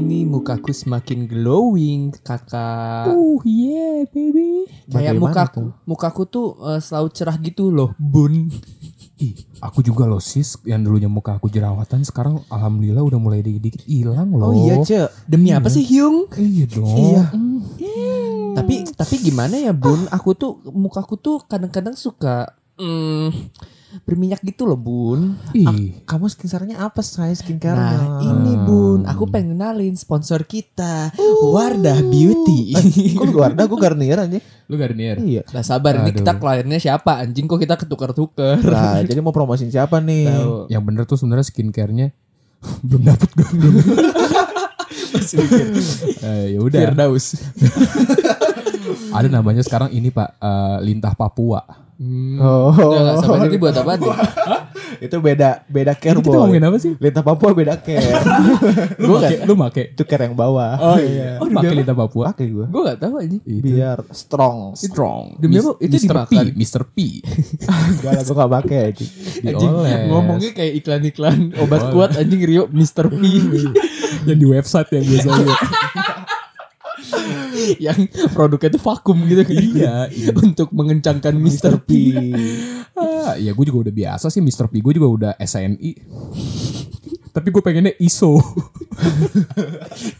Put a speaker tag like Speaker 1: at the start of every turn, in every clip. Speaker 1: mukaku semakin glowing, kakak.
Speaker 2: Oh yeah baby.
Speaker 1: Kayak
Speaker 3: Uh, Bagaimana
Speaker 1: mukaku,
Speaker 3: tuh?
Speaker 1: mukaku tuh eh, selalu cerah gitu loh, bun.
Speaker 3: Ih, aku juga loh sis yang dulunya muka aku jerawatan sekarang alhamdulillah udah mulai dikit-dikit hilang loh.
Speaker 1: cek. Demi apa sih Hyung?
Speaker 3: Iya dong.
Speaker 1: Iya. Tapi tapi gimana ya bun? Aku tuh mukaku tuh kadang-kadang suka mm, berminyak gitu loh bun.
Speaker 3: Ih,
Speaker 2: Kamu skincarenya apa saya
Speaker 3: Ya
Speaker 2: skincare?
Speaker 1: Nah ini bun, aku
Speaker 3: Hmm.
Speaker 1: pengen kenalin sponsor kita
Speaker 3: Uh.
Speaker 1: Wardah Beauty.
Speaker 2: Kok lu Wardah, gue Garnier aja.
Speaker 3: Eh, lu Garnier.
Speaker 2: Iya.
Speaker 1: Lah sabar ini
Speaker 3: Aduh.
Speaker 1: kita kliennya siapa anjing kok kita ketukar-tukar.
Speaker 2: Nah, jadi mau promosiin siapa nih?
Speaker 1: Tahu.
Speaker 3: Yang bener tuh sebenarnya skincare-nya belum dapet gue. Belum.
Speaker 1: Masih mikir.
Speaker 3: Eh, ya udah.
Speaker 1: Firdaus.
Speaker 3: Ada namanya sekarang ini Pak eh, Lintah Papua.
Speaker 2: Oh,
Speaker 1: Udah gak sabar ini buat apa nih?
Speaker 2: itu beda beda care
Speaker 3: Ini kita
Speaker 2: boy.
Speaker 3: ngomongin apa sih?
Speaker 2: Lintah Papua beda care.
Speaker 3: Lu make, lu make.
Speaker 2: itu care yang bawah.
Speaker 1: Oh iya.
Speaker 3: Oh, make Lintah Papua.
Speaker 2: Pakai gue.
Speaker 1: Gue gak tahu anjing.
Speaker 2: Biar strong.
Speaker 3: Strong.
Speaker 1: Demi apa? Itu
Speaker 3: Mr. P,
Speaker 1: dimakan.
Speaker 3: Mr. P.
Speaker 2: Gak lah gue gak pakai. anjing.
Speaker 1: Anjing
Speaker 3: Dioles.
Speaker 1: ngomongnya kayak iklan-iklan obat kuat anjing Rio Mr. P
Speaker 3: yang di website yang biasanya.
Speaker 1: yang produknya itu vakum gitu kan.
Speaker 3: Iya, iya.
Speaker 1: Untuk mengencangkan Mr.
Speaker 2: Mr. P.
Speaker 1: P.
Speaker 3: Ah, ya gue juga udah biasa sih Mr. P gue juga udah SNI tapi gue pengennya ISO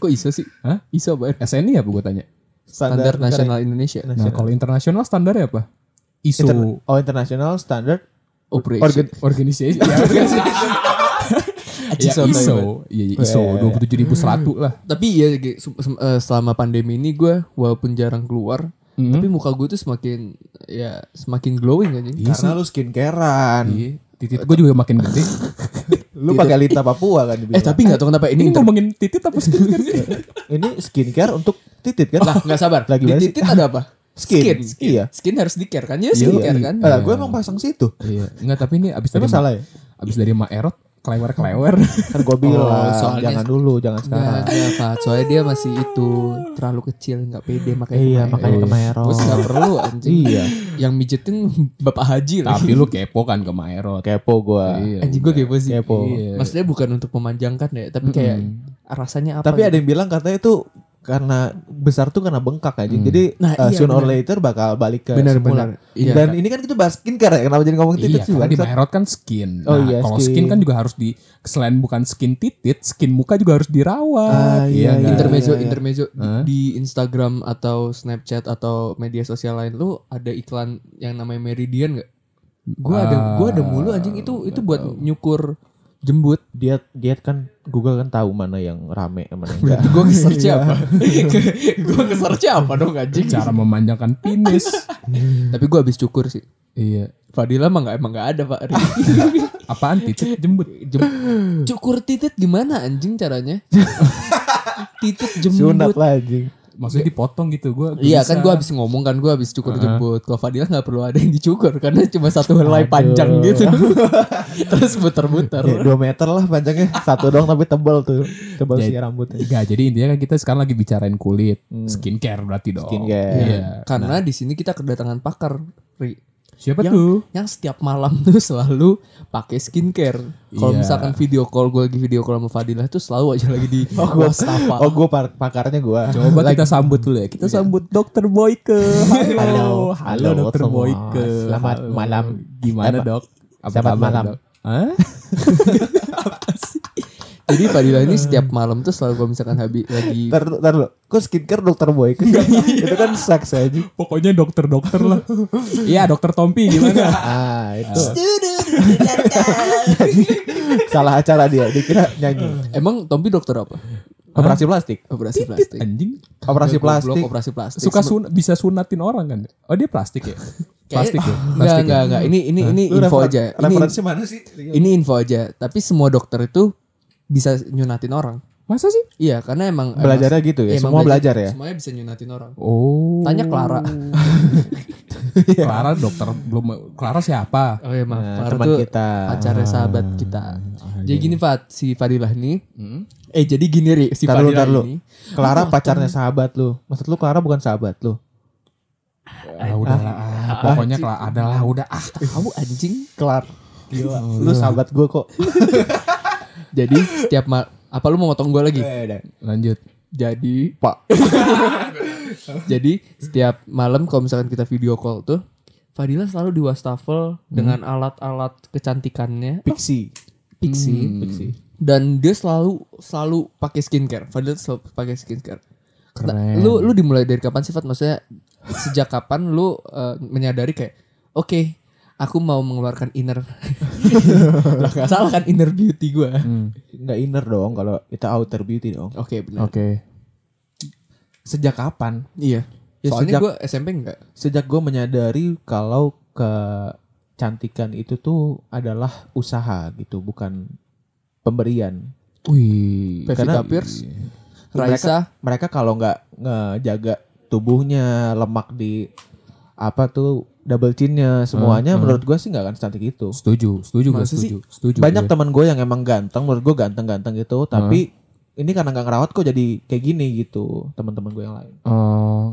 Speaker 1: Kok ISO sih?
Speaker 3: Hah?
Speaker 1: ISO apa?
Speaker 3: SNI apa gue tanya
Speaker 1: Standar Nasional Indonesia.
Speaker 3: nah kalau internasional standarnya apa ISO
Speaker 2: Inter- oh international standard
Speaker 1: Operation.
Speaker 2: organ
Speaker 3: organisasi ya, organisasi. ya
Speaker 1: ISO.
Speaker 3: ISO ya, ya, ISO
Speaker 2: Iya, iya, iya.
Speaker 3: dua puluh tujuh ribu seratus lah
Speaker 1: Tapi ya ge- se- se- eh, selama pandemi ini gue walaupun jarang keluar,
Speaker 3: Mhm.
Speaker 1: tapi muka gue tuh semakin ya semakin glowing anjing.
Speaker 3: Iya sih.
Speaker 2: karena lu skincarean.
Speaker 3: Iya. titit gue juga makin gede
Speaker 2: Lu pakai Lintah Papua kan dibilang.
Speaker 1: Eh tapi nggak tahu kenapa ini,
Speaker 3: ini
Speaker 1: inter-
Speaker 3: ngomongin titit apa sih
Speaker 2: ini skincare untuk titit kan?
Speaker 1: lah nggak sabar.
Speaker 2: Lagi
Speaker 1: di
Speaker 2: gimana sih?
Speaker 1: titik ada apa?
Speaker 2: Skin.
Speaker 1: Skin.
Speaker 2: Iya.
Speaker 1: Skin harus di care kan? Ya skincare
Speaker 3: iya.
Speaker 1: kan.
Speaker 2: Lah gue emang pasang situ.
Speaker 3: iya nggak tapi ini abis dari
Speaker 2: Emang salah ya?
Speaker 3: abis dari Ma Erot kelewer kelewer
Speaker 2: Kan gue bilang
Speaker 1: soalnya-
Speaker 2: jangan dulu, jangan sekarang.
Speaker 1: Nggak, nggak, Fat. Soalnya dia masih itu terlalu kecil, nggak pede makanya.
Speaker 2: Iya,
Speaker 1: kemarin.
Speaker 2: makanya kemarin.
Speaker 1: Terus nggak perlu anjing.
Speaker 2: Iya.
Speaker 1: Yang mijetin bapak haji lah.
Speaker 3: tapi lu kepo kan ke Ma Erot
Speaker 2: Kepo gue.
Speaker 3: Iya.
Speaker 1: anjing gue kepo sih.
Speaker 2: Kepo.
Speaker 3: Iya.
Speaker 1: Maksudnya bukan untuk memanjangkan ya, tapi kayak rasanya apa?
Speaker 2: Tapi
Speaker 1: gitu.
Speaker 2: ada yang bilang katanya itu karena besar tuh karena bengkak aja. Jadi
Speaker 1: Nah,
Speaker 2: uh,
Speaker 1: iya,
Speaker 2: soon or
Speaker 1: benar.
Speaker 2: later bakal balik ke
Speaker 1: Benar,
Speaker 2: semula.
Speaker 1: benar. Iya,
Speaker 2: Dan
Speaker 1: Kak.
Speaker 2: ini kan kita bahas skincare ya. Kenapa jadi ngomong titik
Speaker 3: Iya,
Speaker 2: sih?
Speaker 3: karena di
Speaker 2: bangsa?
Speaker 3: Maerot kan skin. Nah,
Speaker 2: Oh iya,
Speaker 3: kalau
Speaker 2: skin.
Speaker 3: skin. kan juga harus di selain bukan skin titit, skin muka juga harus
Speaker 2: Ah,
Speaker 3: dirawat. kan?
Speaker 2: iya,
Speaker 3: nggak?
Speaker 2: iya.
Speaker 1: intermezzo intermezzo di- di Instagram atau Snapchat atau media sosial lain lu ada iklan yang namanya Meridian gak? Gua ada
Speaker 2: Ah,
Speaker 1: gua ada mulu anjing itu itu buat nyukur jembut.
Speaker 2: Dia dia kan Google kan tahu mana yang rame mana yang enggak.
Speaker 1: Gua ke search
Speaker 2: Iya.
Speaker 1: apa? gua ke search apa dong anjing?
Speaker 3: Cara memanjangkan penis.
Speaker 2: Hmm.
Speaker 1: Tapi gua habis cukur sih.
Speaker 3: iya.
Speaker 1: Fadila emang gak, emang gak ada pak
Speaker 3: Apaan titit jembut?
Speaker 1: Jem- Cukur titit gimana anjing caranya? titit
Speaker 2: Sunat
Speaker 1: jembut
Speaker 2: lah anjing.
Speaker 3: Maksudnya dipotong gitu gua.
Speaker 1: Iya kan gue habis ngomong kan gue habis cukur jembut. Kalau Fadila nggak perlu ada yang dicukur karena cuma satu helai panjang gitu. Terus muter-muter.
Speaker 2: Ya, dua meter lah panjangnya. Satu doang tapi tebal tuh. Tebal
Speaker 3: Jadi-
Speaker 2: sih rambutnya.
Speaker 3: Enggak, jadi intinya kan kita sekarang lagi bicarain kulit, skincare berarti dong.
Speaker 2: Hmm. Skincare.
Speaker 3: Iya.
Speaker 1: Karena
Speaker 2: Nah.
Speaker 1: di sini kita kedatangan pakar Ri,
Speaker 3: Siapa
Speaker 1: yang
Speaker 3: tuh?
Speaker 1: yang setiap malam tuh selalu pakai skincare. Kalau
Speaker 3: Iya.
Speaker 1: misalkan video call gue lagi video call sama Fadila tuh selalu aja lagi di
Speaker 2: gua-
Speaker 1: wastafel.
Speaker 2: Oh gue pakarnya gue.
Speaker 3: Coba kita sambut dulu ya. Kita sambut Dokter Boyke. Halo, halo,
Speaker 2: Halo,
Speaker 3: Dokter
Speaker 2: semua.
Speaker 3: Boyke.
Speaker 2: Selamat
Speaker 3: Halo.
Speaker 2: malam. Eh,
Speaker 3: Gimana
Speaker 2: Apa-
Speaker 3: dok? Apa
Speaker 2: Selamat
Speaker 3: kabar,
Speaker 2: malam.
Speaker 3: Dok? Hah?
Speaker 1: Jadi Fadila ini setiap malam tuh selalu kalau misalkan habis lagi
Speaker 2: Iya. Ntar, ntar dulu. Kok skincare dokter boy? Kan- itu kan seks aja.
Speaker 3: Pokoknya dokter-dokter lah. Iya, dokter Tompi gimana?
Speaker 2: Ah itu. Salah acara dia. Dikira nyanyi.
Speaker 1: Emang Tompi dokter apa?
Speaker 2: Operasi plastik.
Speaker 1: Hmm. Operasi plastik.
Speaker 3: Anjing
Speaker 2: Operasi
Speaker 1: Goblok,
Speaker 2: plastik.
Speaker 1: operasi plastik.
Speaker 3: suka sun bisa sunatin orang kan? Oh, dia plastik ya? Plastik ya?
Speaker 1: Enggak,
Speaker 3: Plastik ya?
Speaker 1: enggak, enggak. Ini ini ini
Speaker 2: Lu
Speaker 1: info
Speaker 2: refer-
Speaker 1: aja. Ini
Speaker 2: Referensi gitu? mana sih?
Speaker 1: ini info aja. Tapi semua dokter itu bisa nyunatin orang.
Speaker 3: Masa sih?
Speaker 1: Iya, karena emang
Speaker 2: Belajarnya gitu ya?
Speaker 1: emang
Speaker 2: Semua belajar ya? Uh.
Speaker 1: Semuanya bisa nyunatin orang.
Speaker 3: Oh.
Speaker 1: Tanya Clara.
Speaker 3: Clara dokter belum Clara siapa?
Speaker 1: Oh iya, maaf.
Speaker 2: Nah,
Speaker 1: Clara
Speaker 2: teman
Speaker 1: tuh
Speaker 2: kita. Ah, iya.
Speaker 1: pacarnya sahabat kita. jadi gini, Fat, si Fadilah nih. Eh, jadi gini, Ri, si
Speaker 2: Ntar lu,
Speaker 1: Fadilah
Speaker 2: ntar lu.
Speaker 1: ini.
Speaker 2: ya. Clara pacarnya sahabat lu. Maksud lu Clara bukan sahabat lu.
Speaker 3: Ah, udah lah. ah, Pokoknya Clara adalah udah ah.
Speaker 1: Tahu anjing.
Speaker 2: Clara. Iya. Gila. Lu sahabat gue kok.
Speaker 1: Jadi setiap mal apa lu mau motong gue lagi?
Speaker 2: Eh, dah.
Speaker 3: Lanjut.
Speaker 1: Jadi
Speaker 2: Pak.
Speaker 1: jadi setiap malam kalau misalkan kita video call tuh Fadila selalu di
Speaker 2: Hmm.
Speaker 1: wastafel dengan alat-alat kecantikannya
Speaker 2: Pixie.
Speaker 1: Pixie
Speaker 2: Pixie.
Speaker 1: dan dia selalu selalu pakai skincare. Fadil selalu pakai skincare. Nah,
Speaker 3: Keren.
Speaker 1: Lu lu dimulai dari kapan sih Fat? Maksudnya sejak kapan lu eh, menyadari kayak oke, aku mau mengeluarkan inner lah nggak salah kan inner beauty gua.
Speaker 2: Hmm. Nggak inner dong kalau kita outer beauty dong.
Speaker 1: Oke, benar.
Speaker 3: Oke.
Speaker 2: Sejak kapan?
Speaker 1: Iya. Ya, soalnya
Speaker 2: Soalnya-
Speaker 1: gua SMP enggak.
Speaker 2: Sejak gue menyadari kalau kecantikan itu tuh adalah usaha gitu, bukan pemberian.
Speaker 3: Wih. Iya.
Speaker 1: Pevita
Speaker 2: karena-
Speaker 1: Pierce,
Speaker 2: Mereka-
Speaker 1: Raisa,
Speaker 2: mereka kalau nggak ngejaga tubuhnya lemak di apa tuh double chinnya semuanya menurut gue sih nggak akan secantik itu
Speaker 3: Setuju, iya. setuju gue
Speaker 1: Masa sih?
Speaker 3: setuju, setuju. gue.
Speaker 2: banyak teman gue yang emang ganteng menurut gue ganteng-ganteng gitu tapi ini karena nggak ngerawat kok jadi kayak gini gitu teman-teman gue yang lain
Speaker 3: Eh,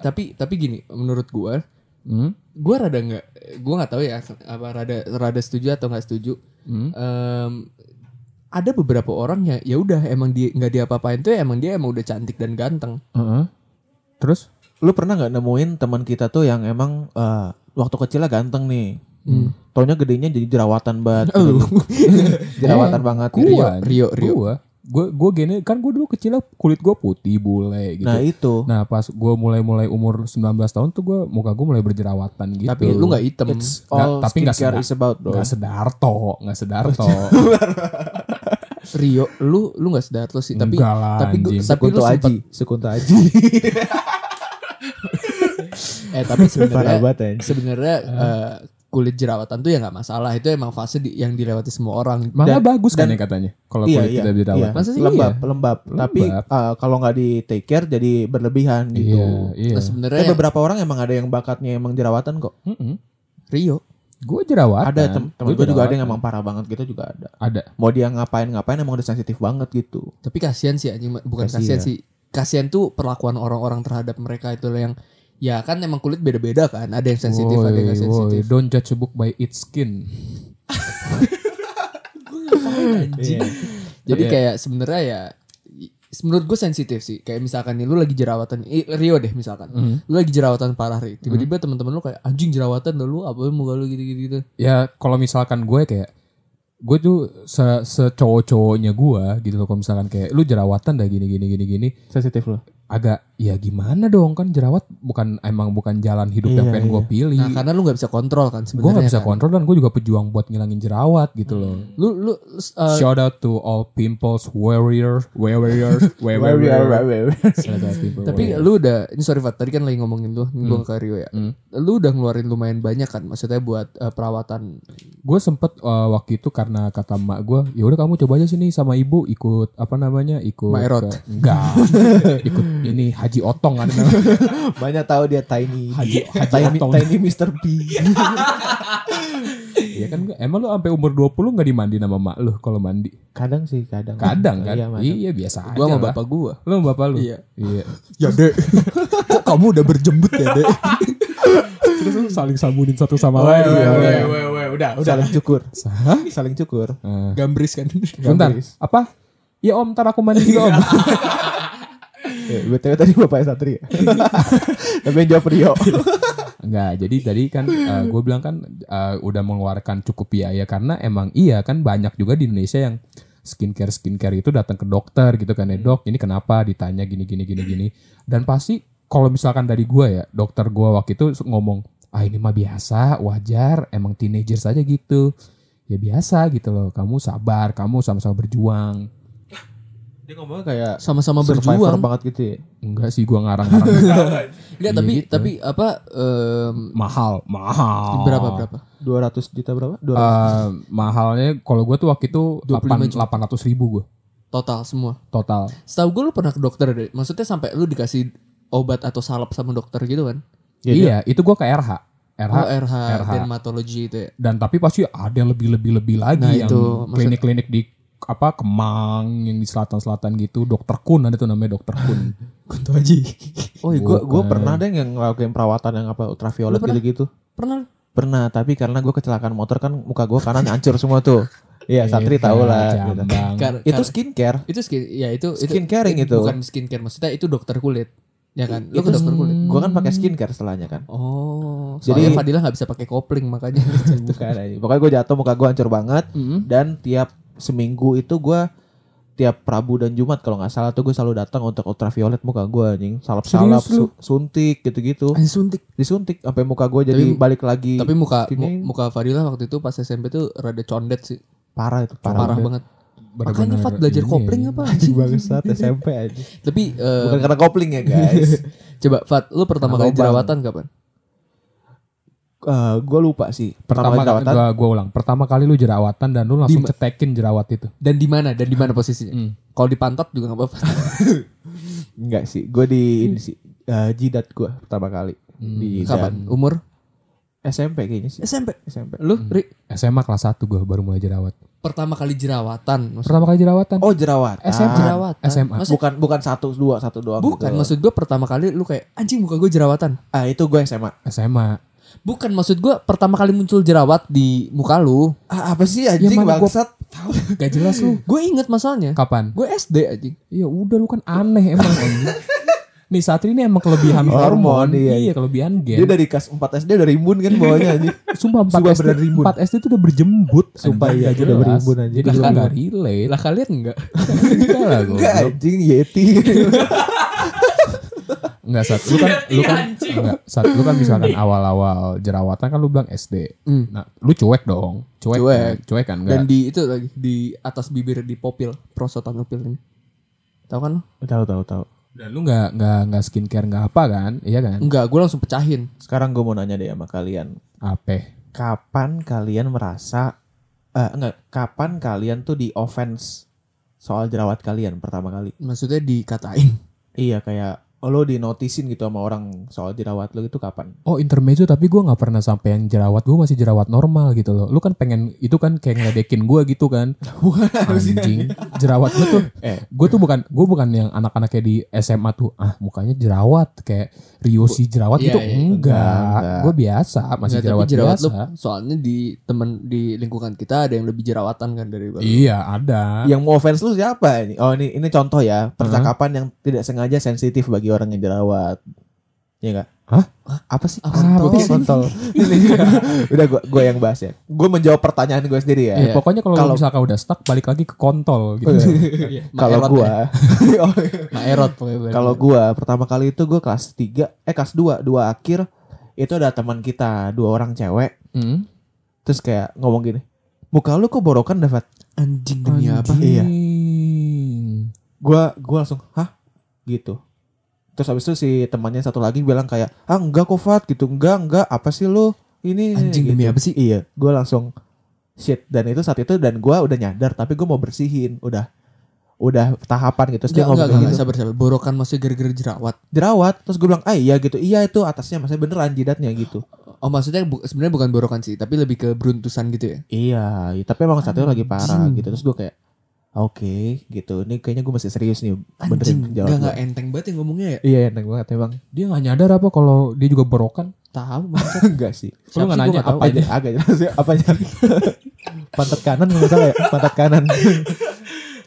Speaker 3: kayak-
Speaker 1: tapi tapi gini menurut gua
Speaker 3: Hmm?
Speaker 1: gua rada nggak gua nggak tahu ya apa rada rada setuju atau nggak setuju
Speaker 3: Hmm?
Speaker 1: Em, ada beberapa orang ya ya udah emang dia nggak diapa-apain tuh ya emang dia emang udah cantik dan ganteng
Speaker 3: Heeh. Terus?
Speaker 2: lu pernah nggak nemuin teman kita tuh yang emang eh, waktu kecilnya ganteng nih taunya gedenya jadi
Speaker 3: Iya.
Speaker 2: jerawatan banget
Speaker 1: Oh.
Speaker 2: jerawatan banget gitu.
Speaker 3: Gua,
Speaker 1: Rio, Rio.
Speaker 3: Gua, gua, gua gini kan gua dulu kecil kulit gua putih bule gitu. Nah,
Speaker 2: nah itu
Speaker 3: pas gua mulai-mulai umur 19 tahun tuh gua muka gua mulai berjerawatan gitu.
Speaker 1: tapi lu nggak hitam
Speaker 2: it's
Speaker 3: Nggak,
Speaker 2: all
Speaker 3: tapi nggak
Speaker 2: skincare
Speaker 3: sedap.
Speaker 2: is about bro
Speaker 3: Nggak sedarto, nggak sedarto.
Speaker 1: Rio lu lu nggak sadar tuh sih tapi
Speaker 3: Enggak lah,
Speaker 1: tapi gua-
Speaker 3: anjing.
Speaker 1: tapi lu
Speaker 2: Sekunto
Speaker 1: sempat,
Speaker 2: Aji Sekunto Aji
Speaker 1: eh tapi
Speaker 2: Parah
Speaker 1: sebenarnya
Speaker 2: banget, anjing.
Speaker 1: sebenarnya eh, kulit jerawatan tuh ya nggak masalah itu emang fase di- yang dilewati semua orang
Speaker 3: Malah
Speaker 2: Dan-
Speaker 3: bagus kan
Speaker 2: dan-
Speaker 3: ya katanya. Kalau kulit tidak
Speaker 2: iya.
Speaker 3: berjerawat.
Speaker 1: Masa sih
Speaker 2: lembab,
Speaker 1: iya?
Speaker 2: lembab, Tapi
Speaker 3: Lembab.
Speaker 2: eh, kalau nggak di take care jadi berlebihan gitu.
Speaker 3: Iya, iya.
Speaker 1: Nah,
Speaker 2: Tapi
Speaker 1: sebenarnya
Speaker 2: beberapa orang emang ada yang bakatnya emang jerawatan kok.
Speaker 3: Mm-mm.
Speaker 1: Rio
Speaker 3: Gua jerawatan.
Speaker 2: Ada tem- temen gue juga ada yang
Speaker 3: jerawatan.
Speaker 2: emang parah banget gitu juga ada.
Speaker 3: ada.
Speaker 2: Mau dia ngapain-ngapain emang udah sensitif banget gitu.
Speaker 1: tapi kasihan sih anjing bukan
Speaker 2: Kasihan.
Speaker 1: kasihan sih kasihan tuh perlakuan orang-orang terhadap mereka itu loh yang ya kan emang kulit beda-beda kan ada yang sensitif ada
Speaker 3: Woi,
Speaker 1: yang nggak
Speaker 3: woi,
Speaker 1: sensitif
Speaker 3: Don't judge a book by its skin.
Speaker 1: anjing.
Speaker 3: Iya.
Speaker 1: Jadi kayak sebenarnya ya i- menurut gue sensitif sih. Kayak misalkan nih lu lagi jerawatan eh, Rio deh misalkan.
Speaker 3: Hmm.
Speaker 1: Lu lagi jerawatan parah Ri. Tiba-tiba teman-teman lu kayak anjing jerawatan dah lu apa muka lu gitu-gitu gitu.
Speaker 3: ya kalau misalkan gue kayak gue tuh se secowok-cowoknya gue gitu loh kalau misalkan kayak lu jerawatan dah gini gini gini gini
Speaker 2: Sensitif loh.
Speaker 3: agak ya gimana dong kan jerawat bukan emang bukan jalan hidup yang
Speaker 2: Iya,
Speaker 3: pengen gue pilih
Speaker 1: Nah, karena lu nggak bisa kontrol kan
Speaker 3: gue
Speaker 1: sebenarnya.
Speaker 3: nggak bisa
Speaker 1: kan. Hmm.
Speaker 3: kontrol dan gue juga pejuang buat ngilangin jerawat gitu loh
Speaker 1: Lu lu uh,
Speaker 3: shout out to all pimples warrior warrior
Speaker 2: Warrior,
Speaker 3: warrior
Speaker 2: warrior.
Speaker 3: Shout out
Speaker 2: Oh,
Speaker 3: pimple
Speaker 1: tapi
Speaker 2: iya.
Speaker 3: warrior.
Speaker 1: lu udah ini sorry Fat tadi kan lagi ngomongin lu gue
Speaker 2: Hmm.
Speaker 1: ke Rio ya. Lu udah ngeluarin lumayan banyak kan maksudnya buat uh, perawatan.
Speaker 3: gue sempet eh, waktu itu karena kata mak gue ya udah kamu coba aja sini sama ibu ikut apa namanya ikut
Speaker 1: Maerot.
Speaker 3: ke- enggak ikut ini haji otong kan
Speaker 2: Banyak tahu dia tiny.
Speaker 3: Haji- Haji
Speaker 2: tiny,
Speaker 3: Otong.
Speaker 2: tiny Mr. P.
Speaker 3: ya kan enggak. emang lu sampai umur 20 nggak dimandi sama mak lu kalau mandi
Speaker 2: kadang sih, kadang.
Speaker 3: kadang kan
Speaker 2: Iya,
Speaker 3: iya,
Speaker 2: Mas.
Speaker 3: biasa
Speaker 1: Gua
Speaker 3: aja
Speaker 1: sama
Speaker 3: lah.
Speaker 1: bapak gua.
Speaker 3: lu sama bapak lu
Speaker 1: Iya.
Speaker 3: iya
Speaker 1: Ya Dek. Kok kamu udah berjembut ya Dek?
Speaker 3: terus lu saling sambungin satu sama lain Iya.
Speaker 2: Udah, udah. Saling cukur.
Speaker 3: Hah?
Speaker 2: Saling cukur.
Speaker 3: Eh,
Speaker 1: Gambris kan.
Speaker 3: bentar apa ya om ntar aku mandi juga om
Speaker 2: Eh, BTW tadi bapaknya Satria. Tapi yang jawab Rio.
Speaker 3: Iya, Enggak, jadi tadi kan gue bilang kan eh, udah mengeluarkan cukup biaya karena emang iya kan banyak juga di Indonesia yang skincare skincare itu datang ke dokter gitu kan ya
Speaker 1: Hmm.
Speaker 3: dok ini kenapa ditanya gini gini gini gini dan pasti kalau misalkan dari gue ya dokter gue waktu itu ngomong ah ini mah biasa wajar emang teenager saja gitu ya biasa gitu loh kamu sabar kamu sama-sama berjuang
Speaker 2: Dia ngomongnya kayak
Speaker 1: Sama-sama
Speaker 2: survivor
Speaker 1: berjuang.
Speaker 2: banget gitu ya.
Speaker 3: enggak sih gue ngarang-ngarang
Speaker 1: Enggak, tapi
Speaker 2: Iya gitu.
Speaker 1: tapi apa em,
Speaker 3: mahal
Speaker 2: Oh.
Speaker 3: mahal
Speaker 1: berapa berapa?
Speaker 2: 200 juta berapa? 200.
Speaker 3: Eh, mahalnya kalau gue tuh waktu itu
Speaker 1: 25
Speaker 3: delapan ratus ribu gue
Speaker 1: Total semua.
Speaker 3: total
Speaker 1: Setahu gue lu pernah ke dokter deh. Maksudnya sampai lu dikasih obat atau salep sama dokter gitu kan?
Speaker 2: Ya,
Speaker 3: iya itu gue ke RH RH
Speaker 1: Oh RH,
Speaker 3: RH.
Speaker 1: dermatologi itu ya.
Speaker 3: dan tapi pasti ada yang lebih lebih lebih lagi
Speaker 1: Nah,
Speaker 3: yang
Speaker 1: itu maksud-
Speaker 3: klinik-klinik di apa Kemang yang di selatan-selatan gitu dokter Kun ada tuh namanya dokter Kun
Speaker 1: Kunto Aji.
Speaker 2: Oh, iya, gua gua pernah deh yang ngelakuin perawatan yang apa ultraviolet
Speaker 1: Lu pernah?
Speaker 2: gitu-gitu.
Speaker 1: Pernah?
Speaker 2: Pernah, tapi karena gua kecelakaan motor kan muka gua kanan hancur semua tuh. Iya,
Speaker 1: Ya,
Speaker 2: Satri tahu lah. gitu.
Speaker 3: Jambang.
Speaker 1: Kar-
Speaker 2: Itu
Speaker 1: kar-
Speaker 2: skincare.
Speaker 1: itu skin ya itu itu-
Speaker 2: Skincaring itu.
Speaker 1: bukan skincare maksudnya itu dokter kulit ya kan lu
Speaker 2: Itu
Speaker 1: ke dokter kulit
Speaker 2: Gua kan
Speaker 3: Hmm.
Speaker 2: pakai skincare setelahnya kan.
Speaker 1: oh
Speaker 2: Jadi-
Speaker 1: soalnya Fadila nggak bisa pakai kopling makanya
Speaker 2: Bukan aja. Pokoknya gue jatuh muka gue hancur banget
Speaker 1: Mm.
Speaker 2: dan tiap seminggu itu gue tiap Prabu dan Jumat kalau nggak salah tuh gue selalu datang untuk ultraviolet muka gue anjing salap-salap
Speaker 3: Serius lu?
Speaker 2: su- suntik gitu-gitu
Speaker 1: Anjing suntik
Speaker 2: disuntik sampai muka gue jadi
Speaker 1: Tapi-
Speaker 2: balik lagi
Speaker 1: tapi muka mu-
Speaker 2: Skinny.
Speaker 1: muka Fadila waktu itu pas SMP tuh rada condet sih
Speaker 2: parah itu
Speaker 1: parah,
Speaker 2: parah,
Speaker 1: banget makanya
Speaker 3: Bener-bener ya.
Speaker 1: Fat belajar
Speaker 3: ini.
Speaker 1: kopling ya. apa
Speaker 2: Anjing bangsat SMP aja
Speaker 1: tapi eh,
Speaker 2: bukan karena kopling ya guys
Speaker 1: coba Fat lu pertama
Speaker 2: Karena
Speaker 1: kali
Speaker 2: lubang.
Speaker 1: jerawatan kapan
Speaker 2: Eh gue lupa sih
Speaker 3: Pertama
Speaker 2: pertama, kali jerawatan
Speaker 3: gua, gua ulang. Pertama kali lu jerawatan dan lu langsung
Speaker 1: Di- Hmm.
Speaker 3: cetekin jerawat itu.
Speaker 1: dan di mana dan di mana posisinya kalau di pantat juga nggak apa-apa
Speaker 2: enggak sih gue di ini sih eh, jidat gue pertama kali di
Speaker 1: Hmm, kapan
Speaker 2: dan-
Speaker 1: umur
Speaker 2: SMP kayaknya sih
Speaker 1: SMP
Speaker 2: SMP
Speaker 1: lu Ri
Speaker 3: SMA kelas 1 gua baru mulai jerawat.
Speaker 1: pertama kali jerawatan maksud-
Speaker 3: Pertama kali jerawatan.
Speaker 2: oh jerawatan
Speaker 3: SMP
Speaker 1: jerawatan
Speaker 3: SMA.
Speaker 1: Maksud-
Speaker 2: bukan bukan satu dua satu doang
Speaker 1: bukan
Speaker 2: gitu.
Speaker 1: maksud gue pertama kali lu kayak anjing muka gue jerawatan
Speaker 2: ah itu gue SMA
Speaker 3: SMA.
Speaker 1: Bukan maksud gue pertama kali muncul jerawat di muka lu
Speaker 2: ah, apa sih anjing
Speaker 3: mana gua-
Speaker 2: bangsat
Speaker 1: Gak jelas lu Gue inget masalahnya
Speaker 3: Kapan?
Speaker 1: Gue SD anjing
Speaker 3: Ya udah lu kan aneh emang. anjing. Nih Satri ini emang kelebihan
Speaker 2: Hormon,
Speaker 3: hormon,
Speaker 2: iya.
Speaker 3: kelebihan
Speaker 2: dia
Speaker 3: gen.
Speaker 2: dari kelas 4 SD udah rimbun kan bawahnya anjing
Speaker 3: Sumpah 4
Speaker 2: Sumpah
Speaker 3: SD,
Speaker 2: bener rimbun.
Speaker 3: 4 SD itu udah berjembut.
Speaker 2: Sumpah,
Speaker 3: anjing.
Speaker 2: iya,
Speaker 3: Nggak
Speaker 2: udah
Speaker 3: jelas.
Speaker 2: berimbun, anjing.
Speaker 3: Jadi
Speaker 2: Lah,
Speaker 3: gua
Speaker 2: kan.
Speaker 3: nggak relate.
Speaker 1: Lah kalian enggak
Speaker 3: Enggak lah gua.
Speaker 2: enggak anjing yeti
Speaker 3: Enggak saat lu kan
Speaker 2: iya,
Speaker 3: lu kan enggak saat lu kan misalkan awal-awal jerawatan kan lu bilang SD. Nah, lu cuek dong. Cuek.
Speaker 2: Cuek.
Speaker 3: kan? Cuek kan enggak?
Speaker 1: Dan di itu lagi Di atas bibir di popil Prosotan upil ini Tau kan lu?
Speaker 2: tahu tahu tahu
Speaker 3: Dan lu nggak nggak nggak skincare nggak apa kan? Iya kan?
Speaker 1: Enggak gue langsung pecahin
Speaker 2: sekarang gue mau nanya deh sama kalian
Speaker 3: Apa?
Speaker 2: kapan kalian merasa eh enggak kapan kalian tuh di offense soal jerawat kalian pertama kali
Speaker 1: Maksudnya dikatain
Speaker 2: iya kayak oh, lo di notisin gitu sama orang soal jerawat lo itu kapan
Speaker 3: Oh intermezzo tapi gue nggak pernah sampai yang jerawat gue masih jerawat normal gitu loh. Lu kan pengen itu kan kayak ngeledekin gue gitu kan. Anjing jerawat gue tuh.
Speaker 2: Eh.
Speaker 3: Gue tuh bukan gue bukan yang anak-anaknya di SMA tuh ah mukanya jerawat kayak Rio si jerawat
Speaker 1: Iya,
Speaker 3: gitu
Speaker 1: iya,
Speaker 3: enggak.
Speaker 2: enggak.
Speaker 3: Gue biasa Ah, masih
Speaker 1: Enggak,
Speaker 3: jerawat,
Speaker 1: tapi jerawat lu
Speaker 3: biasa.
Speaker 1: Soalnya di temen Di lingkungan kita Ada yang lebih jerawatan kan dari lu
Speaker 3: Iya ada.
Speaker 2: yang mau offense lu siapa ini? Oh ini ini contoh ya percakapan yang tidak sengaja sensitif bagi orang yang jerawat. Iya enggak?
Speaker 3: Hah?
Speaker 2: Apa sih?
Speaker 3: Ah,
Speaker 1: Apa
Speaker 2: kontol,
Speaker 1: sih?
Speaker 2: kontol.
Speaker 1: Iya.
Speaker 2: Udah gua gua yang bahas ya. Gua menjawab pertanyaan gue sendiri ya.
Speaker 3: Eh, Pokoknya kalau
Speaker 2: Kalau-
Speaker 3: lu misalkan udah stuck balik lagi ke kontol gitu.
Speaker 1: Iya.
Speaker 2: Kalau
Speaker 1: Maerot ya.
Speaker 2: gua Oh,
Speaker 1: Maerot pokoknya
Speaker 2: kalau gua pertama kali itu gua kelas 3 eh kelas 2, dua akhir itu ada teman kita, dua orang cewek
Speaker 3: Hmm.
Speaker 2: terus kayak ngomong gini. Muka lu kok borokan Davat?
Speaker 1: Anjing demi apa
Speaker 2: Anjing. Iya.
Speaker 3: Anjing.
Speaker 2: Gua gua langsung, "Hah?" gitu. Terus habis itu si temannya satu lagi bilang kayak, "Ah, enggak kok Fat gitu. Enggak, enggak. Apa sih lu?" Ini
Speaker 1: Anjing demi apa sih?
Speaker 2: Iya, gue langsung shit dan itu saat itu dan gue udah nyadar tapi gue mau bersihin udah udah tahapan gitu terus dia
Speaker 1: Enggak, enggak,
Speaker 2: ngomong
Speaker 1: enggak,
Speaker 2: kayak gitu
Speaker 1: sabar, sabar. Borokan maksudnya gara-gara jerawat.
Speaker 2: jerawat terus gue bilang ah iya gitu iya itu atasnya maksudnya beneran jidatnya gitu
Speaker 1: Oh, maksudnya bu- sebenarnya bukan borokan sih, tapi lebih ke beruntusan gitu ya.
Speaker 2: iya iya, tapi emang saat itu lagi parah
Speaker 1: Anjing.
Speaker 2: gitu terus gue kayak oke gitu ini kayaknya gue masih serius nih
Speaker 1: Anjing,
Speaker 2: benerin
Speaker 1: enggak
Speaker 2: jerawat
Speaker 1: enggak
Speaker 2: gua.
Speaker 1: enteng banget yang ngomongnya ya.
Speaker 2: iya enak banget emang
Speaker 3: Dia nggak nyadar apa kalau dia juga berokan.
Speaker 1: Tahu, Mas.
Speaker 2: enggak sih
Speaker 3: Lu nggak nanya apa
Speaker 2: aja agak jelas ya apanya pantat kanan nggak salah ya pantat kanan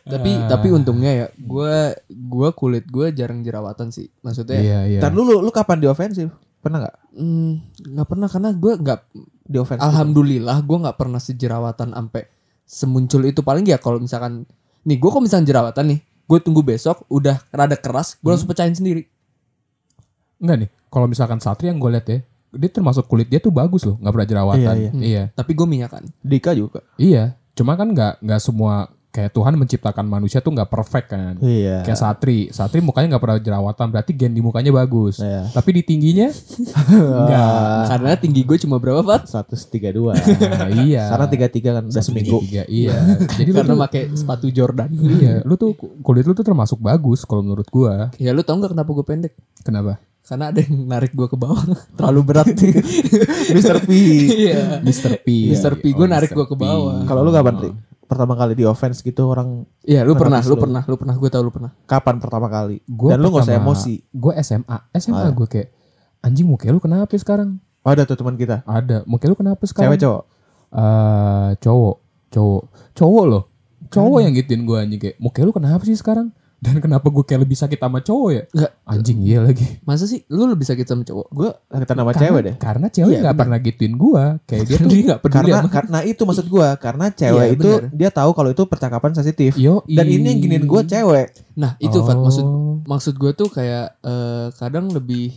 Speaker 1: tapi tapi untungnya ya, gua gua kulit gua jarang jerawatan sih. Maksudnya
Speaker 3: Iya iya.
Speaker 2: dan lu lu lu kapan di ofensif pernah nggak
Speaker 1: hmm, nggak pernah karena gua nggak
Speaker 2: di ofensif
Speaker 1: alhamdulillah gua nggak pernah sejerawatan sampai semuncul itu paling ya kalau misalkan nih gua kok misalkan jerawatan nih, gue tunggu besok udah rada keras, gua langsung pecahin sendiri.
Speaker 3: Enggak nih, kalau misalkan Satri yang gue liat ya, dia termasuk kulit dia tuh bagus loh, nggak pernah jerawatan.
Speaker 2: Iya, iya.
Speaker 3: iya.
Speaker 1: Tapi kan. gue minyakan.
Speaker 2: Dika juga
Speaker 3: Iya. Cuma kan nggak nggak semua kayak Tuhan menciptakan manusia tuh nggak perfect kan.
Speaker 2: Iya.
Speaker 3: Kayak Satri, Satri mukanya nggak pernah jerawatan, berarti gen di mukanya bagus.
Speaker 2: Iya.
Speaker 3: Tapi di tingginya enggak.
Speaker 1: Karena tinggi gue cuma berapa, Fat?
Speaker 2: 132.
Speaker 3: Nah, iya.
Speaker 2: Sekarang 33 kan udah seminggu.
Speaker 3: Tiga, iya. Jadi lu
Speaker 1: Karena
Speaker 3: tuh,
Speaker 1: pakai sepatu Jordan.
Speaker 3: iya, lu tuh kulit lu tuh termasuk bagus kalau menurut gua.
Speaker 1: Ya lu tau gak kenapa gue pendek?
Speaker 3: Kenapa?
Speaker 1: Karena ada yang narik gue ke bawah Terlalu berat
Speaker 2: Mr. P.
Speaker 1: Iya
Speaker 3: Mr. P.
Speaker 1: Mr. P,
Speaker 3: Oh,
Speaker 1: gua narik gua ke bawah.
Speaker 2: Kalau lu kapan, Tri? Pertama kali di offense gitu orang
Speaker 1: Iya lu
Speaker 2: Kenapa
Speaker 1: pernah Lu
Speaker 2: slow?
Speaker 1: pernah Lu pernah gue tau lu pernah
Speaker 2: kapan pertama kali?
Speaker 3: Gua
Speaker 2: Dan lu gak usah
Speaker 3: pertama-
Speaker 2: emosi. iya.
Speaker 3: Gue SMA, SMA gue kayak anjing mukanya lu kenapa sekarang?
Speaker 2: Oh, ada tuh teman kita.
Speaker 1: Kan
Speaker 3: Ada, mukanya lu kenapa sekarang?
Speaker 2: Cewek cowok.
Speaker 3: Eh, cowok cowok cowok loh cowok yang gituin gue anjing kayak muka lu kenapa sih sekarang dan kenapa gue kayak lebih sakit sama cowok ya
Speaker 1: Nggak.
Speaker 3: anjing iya lagi
Speaker 1: Masa sih lu lebih sakit sama cowok? Gue
Speaker 2: kita nama cewek deh. Iya,
Speaker 3: karena cewek nggak pernah gituin gue kayak dia tuh
Speaker 1: Kan dia gak peduli
Speaker 2: Karena
Speaker 1: sama
Speaker 2: karena itu maksud gua, karena cewek
Speaker 1: Iya,
Speaker 2: itu
Speaker 1: benar.
Speaker 2: dia tahu kalau itu percakapan sensitif.
Speaker 3: yo
Speaker 2: Dan ini yang giniin gua cewek.
Speaker 1: Nah itu Fat maksud
Speaker 3: Oh.
Speaker 1: maksud gue tuh kayak eh, kadang lebih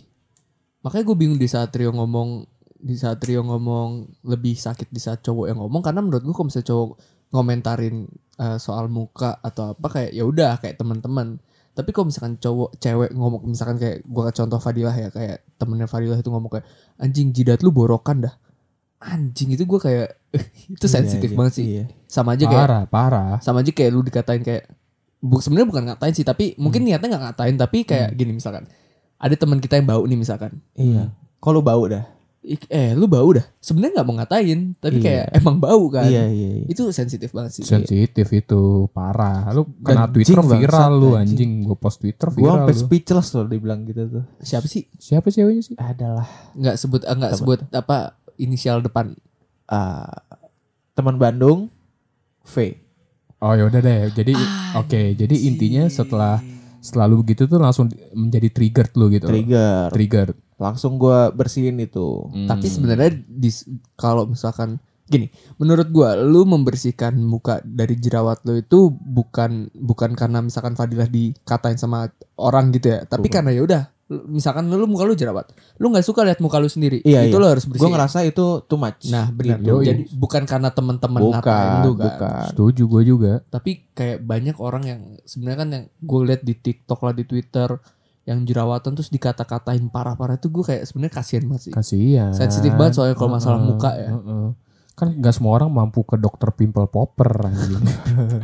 Speaker 1: makanya gue bingung di saat Trio ngomong di saat Trio ngomong lebih sakit di saat cowok yang ngomong karena menurut gue kalau misalnya cowok ngomentarin eh, soal muka atau apa kayak ya udah kayak teman-teman tapi kalau misalkan cowok cewek ngomong misalkan kayak gue contoh Fadilah ya kayak temennya Fadilah itu ngomong kayak anjing jidat lu borokan dah anjing itu gue kayak itu sensitif
Speaker 2: Iya,
Speaker 1: banget sih
Speaker 2: iya.
Speaker 1: sama aja kayak
Speaker 3: parah parah
Speaker 1: sama aja kayak lu dikatain kayak bu sebenarnya bukan ngatain sih tapi mungkin niatnya nggak ngatain tapi kayak gini misalkan ada teman kita yang bau nih misalkan
Speaker 2: Iya. Kalau bau dah.
Speaker 1: Ik- eh lu bau dah sebenarnya nggak mau ngatain tapi
Speaker 2: Iya.
Speaker 1: kayak emang bau kan
Speaker 2: Iya, iya, iya.
Speaker 1: itu sensitif banget sih
Speaker 3: sensitif itu parah lu kena
Speaker 2: Anjing
Speaker 3: Twitter
Speaker 2: bangsat,
Speaker 3: viral lu
Speaker 2: anjing.
Speaker 3: anjing gue post Twitter
Speaker 2: Gua
Speaker 3: viral
Speaker 2: sampai
Speaker 3: lu.
Speaker 2: speechless loh dibilang gitu tuh.
Speaker 1: siapa sih
Speaker 3: siapa ceweknya sih
Speaker 2: Adalah
Speaker 1: nggak sebut eh, nggak
Speaker 2: Apa
Speaker 1: sebut apa inisial depan
Speaker 2: ah, teman Bandung V.
Speaker 3: Oh ya udah deh. Jadi oke, jadi intinya setelah selalu begitu tuh langsung di- menjadi triggered lu gitu.
Speaker 2: Trigger.
Speaker 3: Triggered.
Speaker 2: Langsung gua bersihin itu.
Speaker 1: tapi sebenarnya di- kalau misalkan gini menurut gua lu membersihkan muka dari jerawat lu itu bukan bukan karena misalkan Fadilah dikatain sama orang gitu ya tapi karena ya udah lu- misalkan lu muka lu jerawat lu nggak suka lihat muka lu sendiri
Speaker 2: Iya,
Speaker 1: itu
Speaker 2: iya.
Speaker 1: lu harus
Speaker 2: Gua
Speaker 1: bersihin
Speaker 2: ngerasa itu too much.
Speaker 1: nah benar
Speaker 3: Gitu.
Speaker 1: jadi bukan karena temen-temen ngatain
Speaker 2: bukan,
Speaker 1: lu kan
Speaker 2: bukan.
Speaker 3: setuju gue juga.
Speaker 1: tapi kayak banyak orang yang sebenarnya kan yang gue lihat di TikTok lah di Twitter yang jerawatan terus dikata-katain parah-parah itu gue kayak sebenarnya kasihan banget sih
Speaker 3: Kasihan.
Speaker 1: sensitif banget soalnya kalau masalah
Speaker 3: Heeh,
Speaker 1: muka ya
Speaker 3: heeh. Kan nggak semua orang mampu ke dokter pimple popper anjing.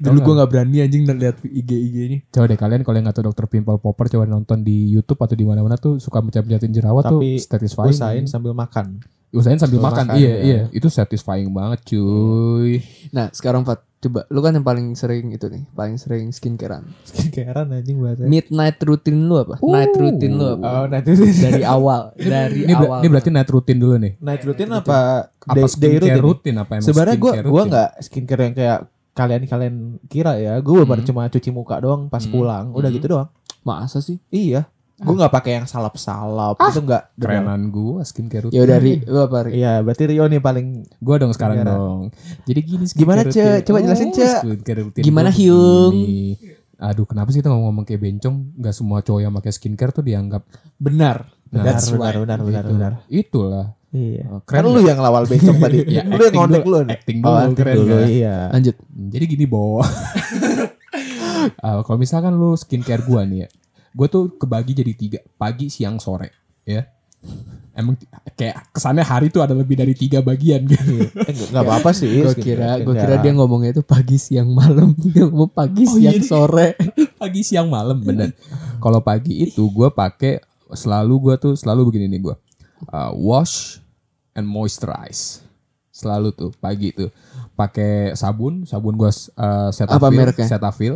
Speaker 1: Dulu gue gak berani anjing lihat IG IG ini.
Speaker 3: coba deh kalian kalau yang nggak tahu dokter pimple popper coba nonton di YouTube atau di mana-mana tuh suka mencet-mencetin jerawat
Speaker 2: Tapi
Speaker 3: tuh satisfying.
Speaker 2: Usahain sambil makan.
Speaker 3: Usahain sambil
Speaker 2: Sambil
Speaker 3: makan.
Speaker 2: makan,
Speaker 3: Iya,
Speaker 2: ya.
Speaker 3: iya. Itu satisfying banget, cuy.
Speaker 1: Nah sekarang Fat coba lu kan yang paling sering itu nih paling sering skincarean.
Speaker 2: Skincarean anjing
Speaker 3: Ya.
Speaker 2: bahasa.
Speaker 1: Midnight routine lu apa?
Speaker 3: Uh.
Speaker 1: Night routine lu apa?
Speaker 2: Oh, nah itu
Speaker 1: Dari awal dari
Speaker 3: Ini, ber-
Speaker 1: awal.
Speaker 3: ini berarti night routine dulu nih.
Speaker 2: Night routine apa
Speaker 3: Apa skincare
Speaker 2: routine?
Speaker 3: rutin apa emang
Speaker 2: Sebenarnya gue
Speaker 3: skincare
Speaker 2: gue
Speaker 3: rutin?
Speaker 2: nggak skincare yang kayak kalian-kalian kira ya. Gue bener cuma cuci muka doang pas pulang, udah gitu doang.
Speaker 1: masa sih?
Speaker 2: Iya. Gue nggak pakai yang salap-salap itu nggak.
Speaker 3: Kerenan gue skincare rutin.
Speaker 1: Ya dari lu apa? Ri?
Speaker 2: Iya, berarti Rio nih paling
Speaker 3: Gue dong sekarang
Speaker 2: Gara.
Speaker 3: dong. Jadi gini
Speaker 2: Gimana, Ce?
Speaker 3: rutin. Oh,
Speaker 2: Coba jelasin, Ce.
Speaker 3: skincare rutin
Speaker 1: Gimana,
Speaker 3: gua
Speaker 1: Hyung?
Speaker 3: begini. Aduh, kenapa sih kita ngomong-ngomong kayak bencong? Gak semua cowok yang pakai skincare tuh dianggap
Speaker 1: Benar.
Speaker 3: Benar,
Speaker 1: That's
Speaker 2: benar,
Speaker 1: right.
Speaker 2: benar, benar,
Speaker 3: gitu.
Speaker 2: benar.
Speaker 3: Itulah.
Speaker 2: Iya.
Speaker 3: Oh,
Speaker 2: Kan
Speaker 3: keren
Speaker 2: lu yang lawal becok tadi.
Speaker 3: Ya,
Speaker 2: lu yang
Speaker 3: acting
Speaker 2: ngontek
Speaker 3: dulu,
Speaker 2: lu. Oh,
Speaker 3: acting dulu, keren
Speaker 2: dulu,
Speaker 3: kan?
Speaker 2: iya.
Speaker 1: Lanjut.
Speaker 3: Jadi gini, Bo. Ah, kalau misalkan lu skincare gua nih ya. Gue tuh kebagi jadi tiga. Pagi, siang, sore. Ya. Emang t- kayak kesannya hari tuh ada lebih dari tiga bagian gitu.
Speaker 2: Eh, nggak- nggak apa-apa sih.
Speaker 3: Iya,
Speaker 2: gitu.
Speaker 1: Gue
Speaker 2: skincare,
Speaker 1: kira gue
Speaker 2: skincare.
Speaker 1: kira dia ngomongnya itu pagi siang malam. Dia ngomong pagi
Speaker 3: Oh, iya,
Speaker 1: siang
Speaker 3: iya.
Speaker 1: sore.
Speaker 3: pagi siang malam bener kalau pagi itu gue pakai selalu gue tuh selalu begini nih gue wash and moisturize selalu tuh pagi tuh pakai sabun sabun gue setafil
Speaker 1: Apa mereknya?
Speaker 3: setafil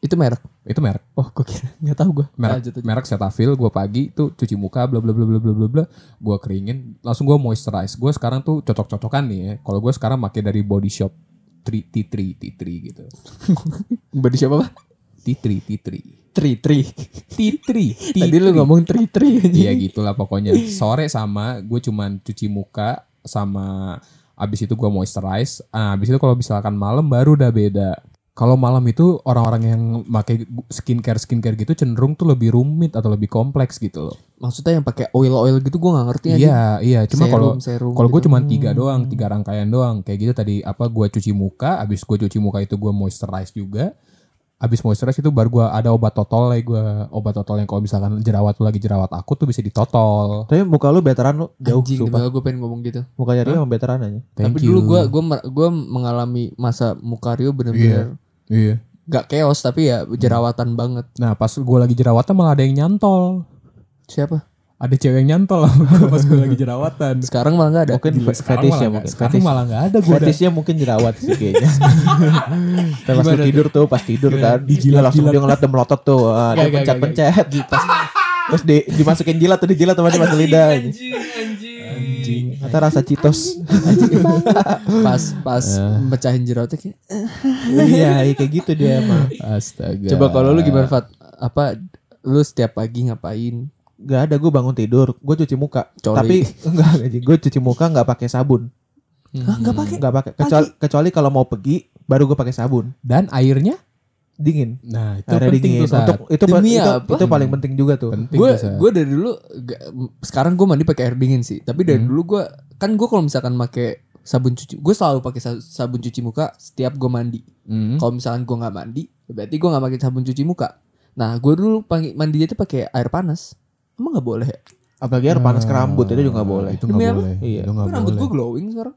Speaker 1: Itu merek.
Speaker 3: itu merek
Speaker 1: Oh gue kira nggak tahu gue.
Speaker 3: merek
Speaker 1: Lanjut aja.
Speaker 3: merek setafil gue pagi tuh cuci muka bla bla bla bla bla bla bla gue keringin langsung gue moisturize gue sekarang tuh cocok cocokan nih ya kalau gue sekarang pakai dari body shop Tri- T3 T3 gitu
Speaker 1: Badi siapa pak?
Speaker 3: T3 T3
Speaker 1: Tri tri.
Speaker 3: T3
Speaker 1: Tadi lu ngomong tri tri
Speaker 3: Iya
Speaker 1: anjing.
Speaker 3: gitulah pokoknya. Sore sama gue cuman cuci muka sama abis itu gue moisturize. Nah, abis itu kalau misalkan malam baru udah beda. Kalau malam itu orang-orang yang pakai skincare skincare gitu cenderung tuh lebih rumit atau lebih kompleks gitu loh.
Speaker 1: Maksudnya yang pakai oil oil gitu gue nggak ngerti anjing.
Speaker 3: Iya iya. Cuma kalau
Speaker 1: Serum, serum
Speaker 3: kalau gue
Speaker 1: gitu.
Speaker 3: cuman tiga doang, tiga rangkaian doang. Kayak gitu tadi apa gue cuci muka, abis gue cuci muka itu gue moisturize juga. Abis moisturize itu baru gue ada obat totol lah gue obat totol yang kalau misalkan jerawat lu lagi jerawat aku tuh bisa ditotol.
Speaker 2: Tapi muka lu veteran lu jauh
Speaker 1: Hmm. Anjing,
Speaker 2: sumpah.
Speaker 1: gue pengen ngomong gitu.
Speaker 2: Mukanya Rio emang veteran aja.
Speaker 1: Tapi dulu gue gua mer- gua mengalami masa Mukario bener-bener
Speaker 3: Iya.
Speaker 1: gak keos tapi ya jerawatan banget.
Speaker 3: Nah pas gue lagi jerawatan malah ada yang nyantol.
Speaker 1: Siapa?
Speaker 3: Ada cewek yang nyantol sama gua pas gue lagi jerawatan.
Speaker 1: Sekarang malah gak ada.
Speaker 2: Mungkin
Speaker 3: Gila,
Speaker 2: fe-
Speaker 3: sekarang malah
Speaker 2: fetish ya
Speaker 3: nggak-
Speaker 2: mungkin.
Speaker 3: Sekarang
Speaker 2: fetish.
Speaker 3: malah gak ada gue.
Speaker 2: Fetishnya mungkin jerawat sih kayaknya. Tapi pas lu tidur tuh, pas tidur kan, dia langsung dia ngeliat dia melotot tuh, ah,
Speaker 1: Gak,
Speaker 2: dia
Speaker 1: gak,
Speaker 2: pencet-pencet. Pas- Terus di, dimasukin jilat tuh dijilat sama dia masuk lidah.
Speaker 1: Anjing, anjing.
Speaker 3: Anjing.
Speaker 2: ternyata rasa citos.
Speaker 1: pas pas
Speaker 3: Eh.
Speaker 1: mecahin jerotnya kayak,
Speaker 2: iya, iya, kayak gitu dia mah.
Speaker 3: Astaga.
Speaker 1: coba kalau lu gimana Fat apa lu setiap pagi ngapain
Speaker 2: Gak ada gue bangun tidur, gue cuci muka.
Speaker 1: Coli.
Speaker 2: Tapi enggak gue cuci muka nggak pakai sabun.
Speaker 3: Hmm.
Speaker 1: Hah, nggak pakai
Speaker 2: Nggak pakai kecuali, kecuali kalau mau pergi baru gue pakai sabun.
Speaker 3: Dan airnya?
Speaker 2: Dingin.
Speaker 3: Nah, itu
Speaker 2: Airnya
Speaker 3: penting
Speaker 2: dingin.
Speaker 3: tuh saat.
Speaker 2: Untuk itu
Speaker 1: Demi
Speaker 2: itu,
Speaker 1: apa?
Speaker 2: itu paling penting juga tuh.
Speaker 3: penting
Speaker 1: gue
Speaker 3: tuh saat.
Speaker 1: gue dari dulu nggak- m- sekarang gue mandi pakai air dingin sih tapi
Speaker 3: Hmm.
Speaker 1: dari dulu gue kan gue kalau misalkan pakai sabun cuci gue selalu pakai sa- sabun cuci muka setiap gue mandi
Speaker 3: Hmm.
Speaker 1: kalau misalkan gue nggak mandi ya berarti gue nggak pakai sabun cuci muka nah gue dulu panggil mandinya tuh pakai air panas emang nggak boleh ya?
Speaker 2: Apalagi air panas ke rambut itu juga nggak
Speaker 3: Ah,
Speaker 2: boleh.
Speaker 3: Nah, Itu nggak
Speaker 1: Demi apa?
Speaker 3: boleh.
Speaker 2: Iya.
Speaker 3: Itu nggak
Speaker 1: Kan rambut gue
Speaker 3: boleh.
Speaker 1: glowing sekarang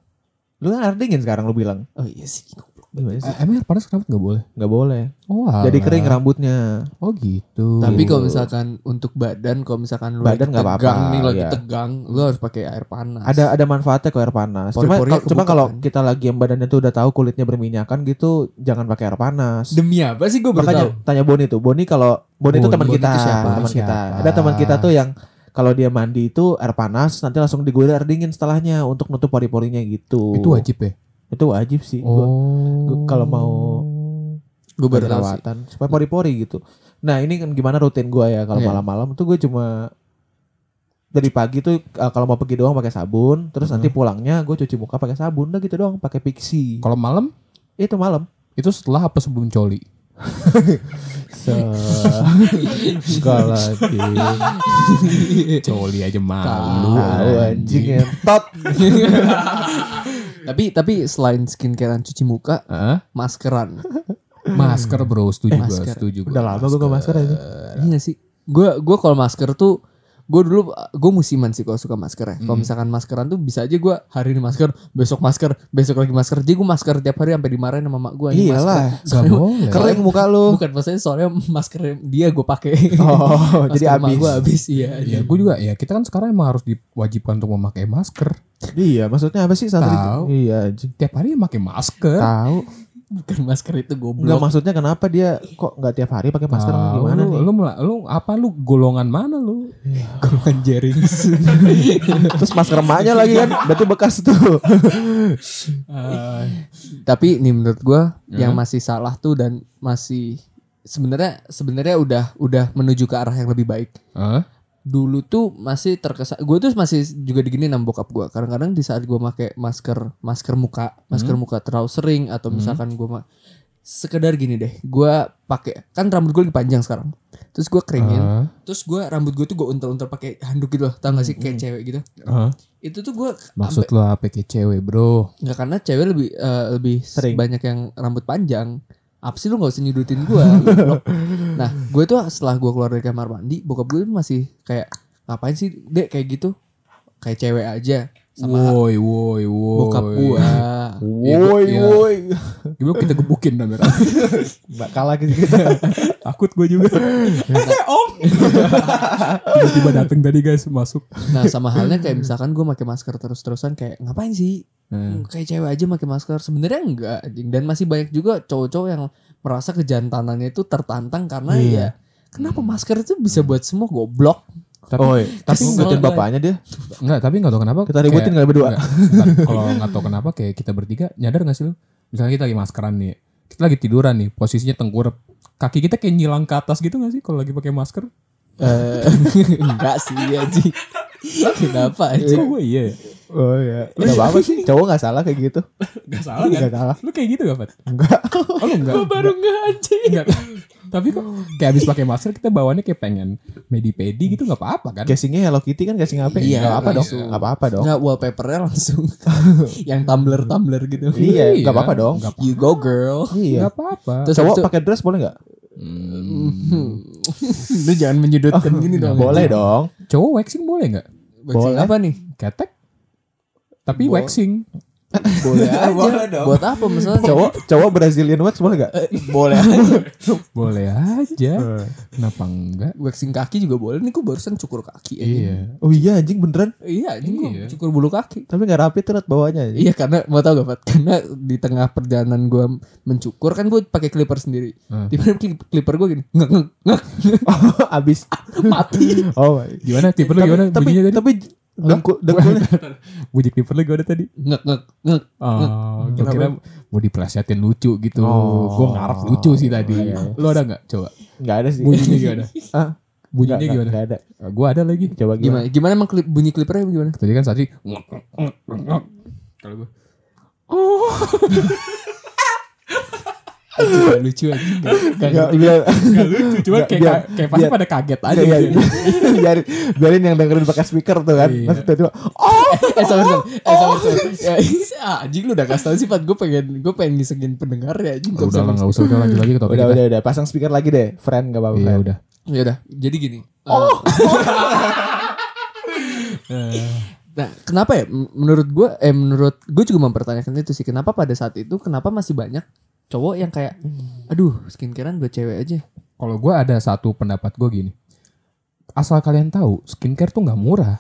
Speaker 2: Lu kan air dingin sekarang lu bilang.
Speaker 1: oh iya sih goblok.
Speaker 2: Gimana sih?
Speaker 3: Eh, Emang air panas ke rambut nggak boleh?
Speaker 2: Nggak boleh.
Speaker 3: Oh,
Speaker 2: Jadi
Speaker 3: alah.
Speaker 2: kering rambutnya.
Speaker 3: Oh gitu.
Speaker 1: tapi kalau misalkan untuk badan kalau misalkan lu
Speaker 2: Badan
Speaker 1: lagi
Speaker 2: nggak apa-apa,
Speaker 1: tegang nih lagi
Speaker 2: iya.
Speaker 1: tegang lu harus pakai air panas
Speaker 2: Ada ada manfaatnya kok air panas. Cuma
Speaker 1: Pori-porinya
Speaker 2: kalau cuma
Speaker 1: kebuka
Speaker 2: kalau
Speaker 1: kan?
Speaker 2: kita lagi yang badannya tuh udah tahu kulitnya berminyakan gitu, jangan pakai air panas.
Speaker 1: demi apa sih gue
Speaker 2: Makanya
Speaker 1: bertanya
Speaker 2: tanya Boni tuh. Boni kalau Boni itu
Speaker 3: Boni.
Speaker 2: teman
Speaker 1: Boni
Speaker 2: kita,
Speaker 1: itu siapa?
Speaker 2: teman
Speaker 3: Siapa?
Speaker 2: kita. Ada teman kita tuh yang kalau dia mandi itu air panas, nanti langsung diguyur air dingin setelahnya untuk nutup pori-porinya gitu.
Speaker 3: itu wajib ya?
Speaker 2: Itu wajib sih. Gua-
Speaker 3: Oh.
Speaker 2: gua- kalau mau-
Speaker 1: gue
Speaker 2: buat
Speaker 1: baru tahu sih.
Speaker 2: jerawatan supaya pori-pori gitu. Nah, ini kan gimana rutin gua ya kalau
Speaker 1: Iya.
Speaker 2: malam-malam tuh gue cuma dari pagi tuh eh, kalau mau pergi doang pakai sabun, terus nanti pulangnya gue cuci muka pakai sabun udah gitu doang, pakai pixi.
Speaker 3: Kalau malam
Speaker 2: Itu malam.
Speaker 3: itu setelah apa sebelum coli? coli aja malu.
Speaker 2: Iya. Tahu anjing entot.
Speaker 1: tapi tapi selain skincarean cuci muka
Speaker 3: Heeh.
Speaker 1: maskeran
Speaker 3: Masker bro, setuju gue,
Speaker 1: Masker.
Speaker 3: setuju gue.
Speaker 2: Hmm. Udah lama gue gak masker aja.
Speaker 1: Iya sih. Gue gue kalau masker tuh gue dulu gue musiman sih kalau suka masker ya.
Speaker 2: Hmm.
Speaker 1: Kalau misalkan maskeran tuh bisa aja gue hari ini masker, besok masker, besok lagi masker. Jadi gue masker tiap hari sampai dimarahin sama mak gue.
Speaker 2: Iyalah.
Speaker 3: Gak boleh.
Speaker 2: Kering muka lu.
Speaker 1: Bukan maksudnya soalnya masker dia gue pakai.
Speaker 2: Oh, jadi habis.
Speaker 1: Gue habis iya.
Speaker 3: Ya gue juga ya kita kan sekarang emang harus diwajibkan untuk memakai masker.
Speaker 2: Iya, maksudnya apa sih santri?
Speaker 3: Tahu.
Speaker 2: Iya, anjing.
Speaker 3: Tiap hari pakai masker.
Speaker 2: Tahu.
Speaker 1: Bukan masker itu
Speaker 2: Enggak
Speaker 1: goblok.
Speaker 2: maksudnya kenapa dia kok nggak tiap hari pakai masker
Speaker 3: Tahu,
Speaker 2: gimana
Speaker 3: Nah, lu,
Speaker 2: nih?
Speaker 3: Lu, mela- lu apa lu golongan mana lu?
Speaker 1: Golongan jaring.
Speaker 2: Terus masker emaknya lagi kan, berarti bekas tuh.
Speaker 1: Tapi nih menurut gue
Speaker 2: Hmm.
Speaker 1: yang masih salah tuh dan masih sebenarnya sebenarnya udah udah menuju ke arah yang lebih baik.
Speaker 3: Hah?
Speaker 1: dulu tuh masih terkesan gue tuh masih juga digini sama bokap gue kadang-kadang di saat gue pakai masker masker muka masker muka terlalu sering atau misalkan gue ma- sekedar gini deh gue pakai kan rambut gue lagi panjang sekarang terus gue keringin
Speaker 3: Hah?
Speaker 1: terus gue rambut gue tuh gue untel-untel pakai handuk gitu loh tau gak sih kayak cewek gitu
Speaker 3: Hah?
Speaker 1: itu tuh gue
Speaker 3: Maksud lu apa kayak cewek bro?
Speaker 1: nggak karena cewek lebih eh, lebih
Speaker 2: Sering.
Speaker 1: banyak yang rambut panjang apa sih lu nggak usah nyudutin gue nah gue tuh setelah gue keluar dari kamar mandi bokap gue masih kayak ngapain sih dek kayak gitu kayak cewek aja sama
Speaker 3: Woi woi woi.
Speaker 1: bokap gue
Speaker 3: Woi woi. Gimana kita gebukin kamera?
Speaker 2: Mbak kalah gitu kita.
Speaker 3: Takut gue juga.
Speaker 1: Nah,
Speaker 3: eh om. Tiba-tiba dateng tadi guys masuk.
Speaker 1: nah sama halnya kayak misalkan gue pakai masker terus-terusan kayak ngapain sih
Speaker 2: Iya.
Speaker 3: Hmm.
Speaker 1: kayak cewek aja pakai masker sebenarnya enggak anjing. dan masih banyak juga cowok-cowok yang merasa kejantanannya itu tertantang karena
Speaker 2: Iya.
Speaker 1: ya kenapa masker itu bisa buat semua goblok
Speaker 3: Tapi, Iya.
Speaker 2: Oi, tapi
Speaker 1: tapi
Speaker 2: ngikutin
Speaker 1: nggak-
Speaker 2: bapaknya dia.
Speaker 3: Enggak, tapi enggak tahu kenapa.
Speaker 2: Kita ributin
Speaker 3: kayak-
Speaker 2: kali berdua.
Speaker 3: Nggak, bentar. Kalau enggak tahu kenapa kayak kita bertiga nyadar enggak sih lu? Misalnya kita lagi maskeran nih. Kita lagi tiduran nih, posisinya tengkurap. Kaki kita kayak nyilang ke atas gitu gak sih kalau lagi pakai masker?
Speaker 1: Eh, enggak sih anjing. Kenapa
Speaker 3: Kok
Speaker 1: anjing?
Speaker 3: gue iya ya?
Speaker 2: Oh iya. Enggak apa-apa sih. Cowok enggak salah kayak gitu.
Speaker 3: Gak salah kan?
Speaker 2: Enggak salah.
Speaker 3: Lu kayak gitu gak, Pat? Enggak. Oh, lu enggak?
Speaker 1: Baru enggak anjing.
Speaker 3: Enggak. Tapi kok kayak abis pakai masker kita bawaannya kayak pengen medi-pedi gitu gak apa-apa kan?
Speaker 2: Casingnya Hello Kitty kan casing apa?
Speaker 1: Iya,
Speaker 2: Enggak apa dong.
Speaker 1: langsung.
Speaker 2: Enggak apa-apa dong.
Speaker 1: Enggak wallpapernya langsung yang tumbler-tumbler gitu.
Speaker 2: Iya, enggak apa-apa dong.
Speaker 3: Enggak apa-
Speaker 1: You go girl.
Speaker 2: Iya.
Speaker 3: enggak apa-apa. Hmm.
Speaker 1: Terus
Speaker 2: Cowok
Speaker 1: habis itu-
Speaker 2: pakai dress boleh enggak?
Speaker 1: Lu jangan menyudutkan gini dong.
Speaker 2: Boleh dong.
Speaker 3: Cowok waxing boleh gak?
Speaker 1: Boleh.
Speaker 2: Boleh.
Speaker 1: apa nih?
Speaker 3: Ketek? Tapi
Speaker 1: Bo-
Speaker 3: waxing.
Speaker 1: Boleh aja. Buat apa misalnya cowok?
Speaker 2: Cowok cowok Brazilian wax boleh enggak?
Speaker 1: Boleh aja.
Speaker 3: Boleh aja. Kenapa enggak?
Speaker 1: Waxing kaki juga boleh. Nih gue barusan cukur kaki anjing.
Speaker 3: Iya.
Speaker 2: Oh iya anjing beneran.
Speaker 1: Iya, anjing gua
Speaker 3: Iya.
Speaker 1: cukur bulu kaki.
Speaker 2: Tapi enggak rapi terus bawahnya.
Speaker 1: Iya karena mau tau gak Pat? Karena di tengah perjalanan gue mencukur kan gue pakai clipper sendiri.
Speaker 3: Hmm.
Speaker 1: Di mana clipper gue gini ngek ngek ngek
Speaker 2: Abis
Speaker 1: mati.
Speaker 2: Oh. my.
Speaker 3: Gimana tipe lu
Speaker 2: Tapi
Speaker 3: gimana
Speaker 2: tapi
Speaker 3: bunyinya tadi?
Speaker 2: tapi Dengkul, dengkulnya.
Speaker 3: Bujuk di perut gue ada tadi.
Speaker 1: Ngek ngek ngek.
Speaker 3: Oh, gue kira mau diplesetin lucu gitu.
Speaker 2: Oh.
Speaker 3: gue ngarep lucu sih tadi. Lo ada nggak? Coba.
Speaker 2: Enggak ada sih.
Speaker 3: Bunyinya gimana?
Speaker 2: Iya. Hah?
Speaker 3: Bunyinya
Speaker 2: Nggak,
Speaker 3: gimana?
Speaker 2: nggak ada.
Speaker 3: Eh, Gue ada lagi.
Speaker 2: Coba gimana?
Speaker 1: Gimana? Gimana emang klip, bunyi klipernya gimana?
Speaker 3: Tadi kan tadi ngok, ngok, ngok, ngok. kalau gue oh Gak lucu aja Gak, gak,
Speaker 2: Nggak, biar-
Speaker 3: gak lucu Cuma kayak,
Speaker 2: Biar-
Speaker 3: kayak pasti
Speaker 2: biar-
Speaker 3: pada kaget aja
Speaker 2: Iya,
Speaker 3: gitu.
Speaker 2: iya. biarin, biarin yang dengerin pakai speaker tuh kan.
Speaker 3: Iya.
Speaker 2: Nanti tiba-tiba, oh,
Speaker 1: Eh sabar sabar. Eh sabar sabar. Ya, ah, anjing lu udah kasih tau sifat gue pengen gue pengen ngisengin pendengar ya anjing.
Speaker 3: Udah lah gak usah Udah lanjut lagi ke topik
Speaker 2: udah,
Speaker 3: kita
Speaker 2: udah, udah. Pasang speaker lagi deh, friend gak apa-apa.
Speaker 3: Iya
Speaker 2: friend.
Speaker 3: udah
Speaker 1: Ya udah. Jadi gini. Oh. nah, kenapa ya? M- Menurut gue, eh menurut gue juga mempertanyakan itu sih. Kenapa pada saat itu, kenapa masih banyak cowok yang kayak, aduh skincarean buat cewek aja.
Speaker 3: Kalau gue ada satu pendapat gue gini Asal kalian tahu Skincare tuh gak murah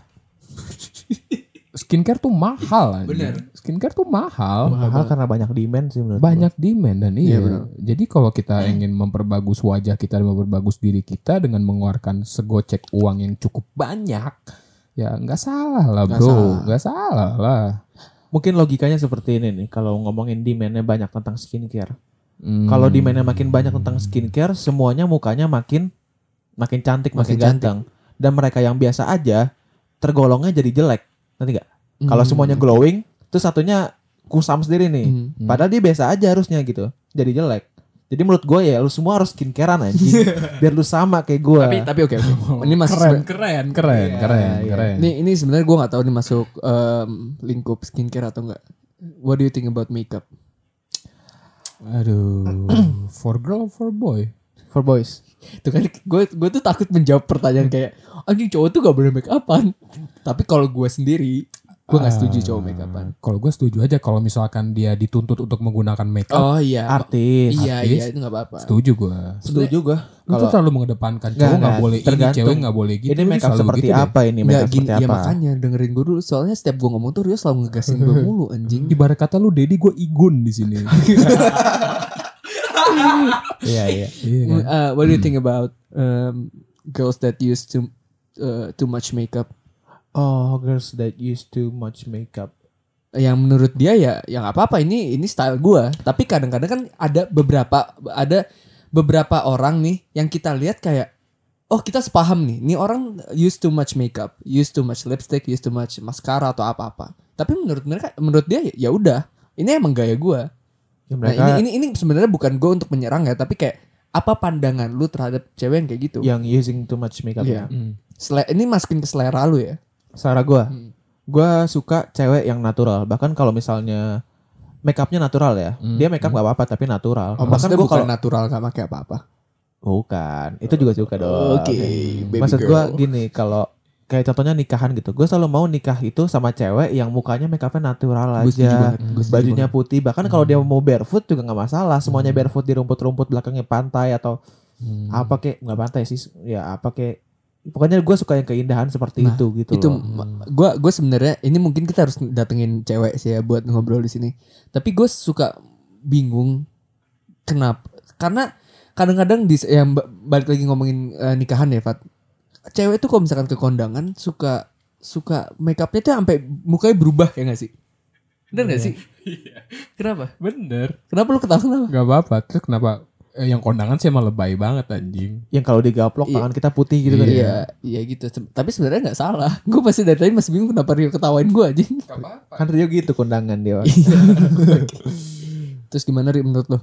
Speaker 3: Skincare tuh mahal anjing.
Speaker 1: Bener.
Speaker 3: Skincare tuh mahal
Speaker 2: Mahal karena banyak demand sih menurut
Speaker 3: banyak demand dan iya.
Speaker 1: Iya, benar.
Speaker 3: Jadi kalau kita ingin memperbagus wajah kita, memperbagus diri kita dengan mengeluarkan segocek uang yang cukup banyak, ya nggak salah lah
Speaker 1: Nggak salah.
Speaker 3: bro, nggak salah lah.
Speaker 2: Mungkin logikanya seperti ini nih. Kalau ngomongin demandnya banyak tentang skincare.
Speaker 3: Hmm.
Speaker 2: Kalau demandnya makin banyak tentang skincare, semuanya mukanya makin makin cantik,
Speaker 1: Makin
Speaker 2: makin,
Speaker 1: cantik.
Speaker 2: ganteng. Dan mereka yang biasa aja tergolongnya jadi jelek. Nanti gak? Kalau
Speaker 1: Hmm.
Speaker 2: semuanya glowing, terus satunya kusam sendiri nih.
Speaker 1: Hmm.
Speaker 3: Hmm.
Speaker 2: Padahal dia biasa aja harusnya gitu. Jadi jelek. Jadi menurut gue ya lu semua harus skincarean anjing. Biar lu sama kayak gue.
Speaker 1: Tapi tapi oke. oke. Ini masuk
Speaker 3: keren, keren, keren,
Speaker 2: Iya,
Speaker 3: keren,
Speaker 2: iya.
Speaker 3: keren.
Speaker 1: Ini ini sebenarnya gue nggak tahu nih masuk em, lingkup skincare atau enggak. What do you think about makeup?
Speaker 3: Aduh, for girl for boy.
Speaker 2: For boys.
Speaker 1: Tuh kan gue gue tuh takut menjawab pertanyaan kayak anjing cowok tuh gak boleh make upan. Tapi kalau gue sendiri gue nggak
Speaker 2: Ah.
Speaker 1: setuju cowok make upan.
Speaker 3: Kalau gue setuju aja kalau misalkan dia dituntut untuk menggunakan make up,
Speaker 1: Oh iya.
Speaker 2: Artis.
Speaker 1: Iya
Speaker 3: artis.
Speaker 1: iya itu nggak apa-apa.
Speaker 3: setuju gue.
Speaker 2: Setuju gue.
Speaker 3: Lu tuh terlalu mengedepankan
Speaker 2: Nggak,
Speaker 3: cowok nggak
Speaker 2: nggak.
Speaker 3: boleh ini,
Speaker 2: Tergantung.
Speaker 3: cewek nggak boleh gitu.
Speaker 2: ini
Speaker 3: Lu
Speaker 2: makeup
Speaker 3: selalu
Speaker 2: seperti
Speaker 3: gitu deh.
Speaker 2: apa ini?
Speaker 1: Nggak
Speaker 2: Makeup
Speaker 1: gini,
Speaker 2: seperti
Speaker 1: ya
Speaker 2: apa?
Speaker 1: makanya dengerin gue dulu. Soalnya setiap gue ngomong tuh Rio selalu ngegasin gue mulu anjing.
Speaker 3: Ibarat kata lu Dedi gue Igun di sini.
Speaker 2: Iya iya. Hmm.
Speaker 3: iya kan?
Speaker 1: Uh, what do you think about um, girls that use too uh, too much makeup?
Speaker 2: Oh girls that use too much makeup.
Speaker 1: Yang menurut dia ya yang apa-apa ini ini style gue. Tapi kadang-kadang kan ada beberapa ada beberapa orang nih yang kita lihat kayak oh kita sepaham nih. Ini orang use too much makeup, use too much lipstick, use too much mascara atau apa-apa. Tapi menurut mereka menurut dia ya udah ini emang gaya gue.
Speaker 2: Ya,
Speaker 1: Nah,
Speaker 2: mereka
Speaker 1: ini ini ini sebenarnya bukan gue untuk menyerang ya, tapi kayak apa pandangan lu terhadap cewek yang kayak gitu?
Speaker 2: yang using too much makeup.
Speaker 1: Iya.
Speaker 2: ya.
Speaker 3: Hmm.
Speaker 1: Sele- ini masukin ke selera lu ya.
Speaker 2: Saran gue,
Speaker 1: Hmm.
Speaker 2: gue suka cewek yang natural. Bahkan kalau misalnya makeupnya natural ya,
Speaker 3: Hmm.
Speaker 2: dia makeup gak apa-apa tapi natural.
Speaker 1: Oh,
Speaker 2: Bahkan
Speaker 1: maksudnya
Speaker 2: gue
Speaker 1: bukan
Speaker 2: kalau
Speaker 1: natural gak pakai apa-apa.
Speaker 2: bukan, itu juga suka dong.
Speaker 1: baby
Speaker 2: Maksud
Speaker 1: girl.
Speaker 2: gue gini kalau kayak contohnya nikahan gitu, gue selalu mau nikah itu sama cewek yang mukanya makeupnya natural
Speaker 1: Gua setuju
Speaker 2: aja,
Speaker 1: banget, Hmm. gua setuju
Speaker 2: bajunya putih. Bahkan kalau dia mau barefoot juga nggak masalah, semuanya barefoot di rumput-rumput belakangnya pantai atau
Speaker 3: Hmm.
Speaker 2: apa kek nggak pantai sih, ya apa kek. Pokoknya gue suka yang keindahan seperti
Speaker 1: Nah,
Speaker 2: itu gitu.
Speaker 1: itu
Speaker 2: loh.
Speaker 1: gue gue sebenarnya ini mungkin kita harus datengin cewek sih ya buat ngobrol di sini tapi gue suka bingung kenapa karena kadang-kadang di yang ba- balik lagi ngomongin eh, nikahan ya Fat cewek tuh kalau misalkan ke kondangan suka suka makeupnya tuh sampai mukanya berubah ya gak sih bener
Speaker 2: Iya.
Speaker 1: gak sih kenapa
Speaker 3: Bener.
Speaker 1: kenapa lu ketawa
Speaker 2: Iya.
Speaker 1: kenapa
Speaker 3: Gak apa-apa. Terus kenapa eh, yang kondangan sih emang lebay banget anjing.
Speaker 2: yang kalau digaplok
Speaker 1: Iya.
Speaker 2: tangan kita putih gitu kan.
Speaker 1: iya iya gitu Se- tapi sebenarnya nggak salah gue pasti dari tadi masih bingung kenapa Rio ketawain gue aja
Speaker 3: Gak apa-apa.
Speaker 2: Kan Rio gitu kondangan dia.
Speaker 1: Iya, terus gimana Rio menurut lo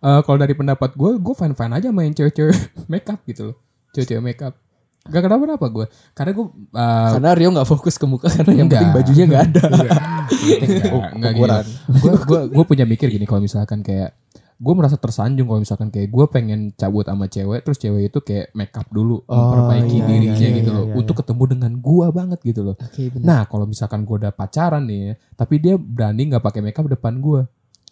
Speaker 3: Eh, kalau dari pendapat gue, gue fine-fine aja main cewek-cewek makeup gitu loh. Cewek-cewek makeup. Gak kenapa-napa gue. Karena gue... eh,
Speaker 1: Karena Rio nggak fokus ke muka karena yang
Speaker 3: Enggak.
Speaker 1: penting bajunya nggak
Speaker 2: Iya.
Speaker 1: ada.
Speaker 3: Enggak, enggak gini.
Speaker 2: ukuran.
Speaker 3: Gue Iya. Oh, gua, gua punya mikir gini kalau misalkan kayak gue merasa tersanjung kalau misalkan kayak gue pengen cabut sama cewek terus cewek itu kayak make up dulu memperbaiki
Speaker 2: iya,
Speaker 3: dirinya
Speaker 2: iya, iya,
Speaker 3: gitu
Speaker 2: iya,
Speaker 3: loh
Speaker 2: iya.
Speaker 3: untuk ketemu dengan gua banget gitu loh.
Speaker 1: Oke benar.
Speaker 3: Nah kalau misalkan gue udah pacaran nih ya, tapi dia berani nggak pakai make up depan gue,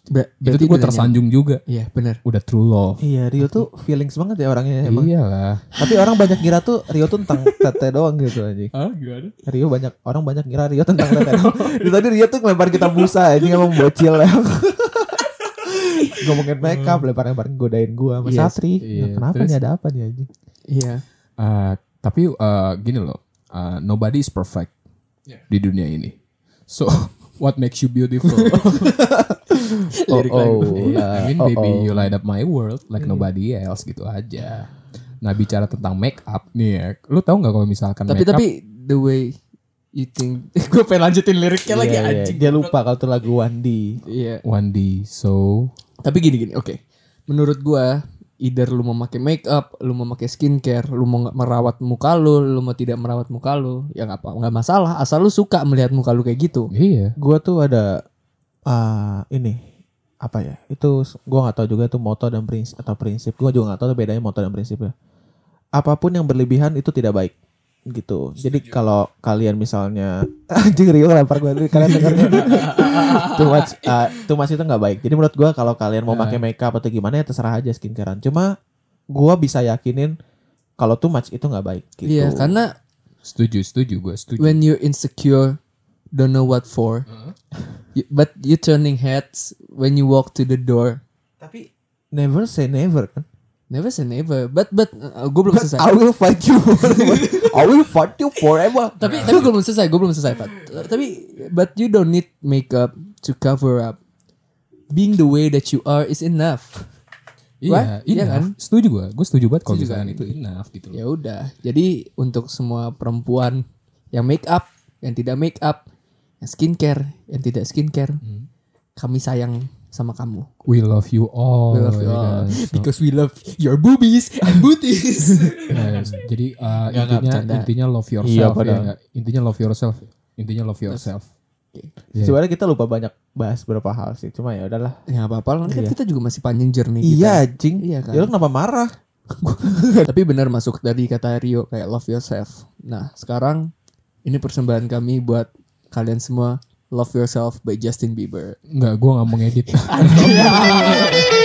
Speaker 1: Ber-
Speaker 3: itu
Speaker 1: Nah, berarti
Speaker 3: tuh gue
Speaker 1: bedanya-
Speaker 3: tersanjung juga.
Speaker 1: Iya benar.
Speaker 3: Udah true love.
Speaker 2: Iya Rio tuh feelings banget ya orangnya emang.
Speaker 1: Iya.
Speaker 3: Iyalah.
Speaker 2: Tapi orang banyak ngira tuh Rio tuh tentang tete doang gitu anjing.
Speaker 3: Ah gimana?
Speaker 2: Rio banyak orang banyak ngira Rio tentang tete. doang. Dari tadi Rio tuh ngelempar kita busa anjing emang bocil ya. Ngomongin makeup lempar-lempar godain gua sama
Speaker 1: Yes,
Speaker 2: Satri. Nah,
Speaker 3: iya.
Speaker 2: kenapa
Speaker 3: Terus?
Speaker 2: nih ada apa nih anjing?
Speaker 1: Iya.
Speaker 3: Eh, tapi eh, gini loh, uh, nobody is perfect di dunia ini. So what makes you beautiful? oh, oh,
Speaker 1: Iya.
Speaker 3: I mean baby you light up my world like nobody else gitu aja. Nah bicara tentang make up nih ya, lu tahu nggak kalau misalkan
Speaker 1: Tapi
Speaker 3: make up
Speaker 1: tapi the way you think gue pengen lanjutin liriknya lagi
Speaker 2: Iya, iya.
Speaker 1: anjing.
Speaker 2: Dia lupa kalau itu lagu Wandi.
Speaker 1: Iya.
Speaker 3: one day so
Speaker 1: Tapi gini gini, oke. Menurut gua either lu mau pakai make up, lu mau pakai skincare, lu mau nggak merawat muka lu, lu mau tidak merawat muka lu, ya nggak apa nggak masalah asal lu suka melihat muka lu kayak gitu.
Speaker 3: iya
Speaker 2: Gua tuh ada ah, ini apa ya? Itu s- gua nggak tahu juga itu moto dan prinsip atau prinsip. Gua juga nggak tahu bedanya moto dan prinsip ya. Apapun yang berlebihan itu tidak baik gitu. Jadi kalau kalian misalnya anjing Rio lempar gua dulu. kalian dengar too much ah, too much itu nggak baik. Jadi menurut gua kalau kalian mau pakai makeup atau gimana ya terserah aja skincarean. Cuma gua bisa yakinin kalau too much itu nggak baik gitu.
Speaker 1: Iya, karena
Speaker 3: setuju setuju gue setuju.
Speaker 1: when you insecure, don't know what for. You- but you turning heads when you walk to the door.
Speaker 2: Tapi never say never kan.
Speaker 1: Never say never. But but uh, gue belum selesai.
Speaker 2: I will fight you. I will fight you forever.
Speaker 1: tapi tapi gue belum selesai. Gue belum selesai. Pat. Uh, tapi but you don't need makeup to cover up. Being the way that you are is enough.
Speaker 3: Iya,
Speaker 1: Right? Iya
Speaker 3: enough.
Speaker 1: kan?
Speaker 3: Setuju gue, gue setuju banget kalau misalkan itu enough gitu. loh.
Speaker 1: Ya udah. Jadi untuk semua perempuan yang make up, yang tidak make up, yang skincare, yang tidak skincare, kami sayang sama kamu.
Speaker 3: We love you all.
Speaker 1: We love you
Speaker 3: ya
Speaker 1: all.
Speaker 3: kan? So,
Speaker 1: because we love your boobies and booties.
Speaker 3: yes. Jadi uh,
Speaker 1: Nggak, nggak,
Speaker 3: intinya
Speaker 1: bercanda.
Speaker 3: intinya love yourself.
Speaker 2: Iya,
Speaker 3: ya,
Speaker 2: padahal.
Speaker 3: nggak? Intinya love yourself. Intinya love yourself. Iya.
Speaker 2: Sebenarnya kita lupa banyak bahas berapa hal sih. Cuma ya udahlah.
Speaker 1: ya nggak apa-apa, kan kita juga masih panjang journey kita.
Speaker 2: Iya, jing.
Speaker 1: Iya
Speaker 2: Iya
Speaker 1: kan?
Speaker 2: Ya lu kenapa marah?
Speaker 1: Tapi benar masuk dari kata Rio kayak love yourself. Nah sekarang ini persembahan kami buat kalian semua. Love Yourself by Justin Bieber.
Speaker 3: Enggak, gue nggak mau ngedit.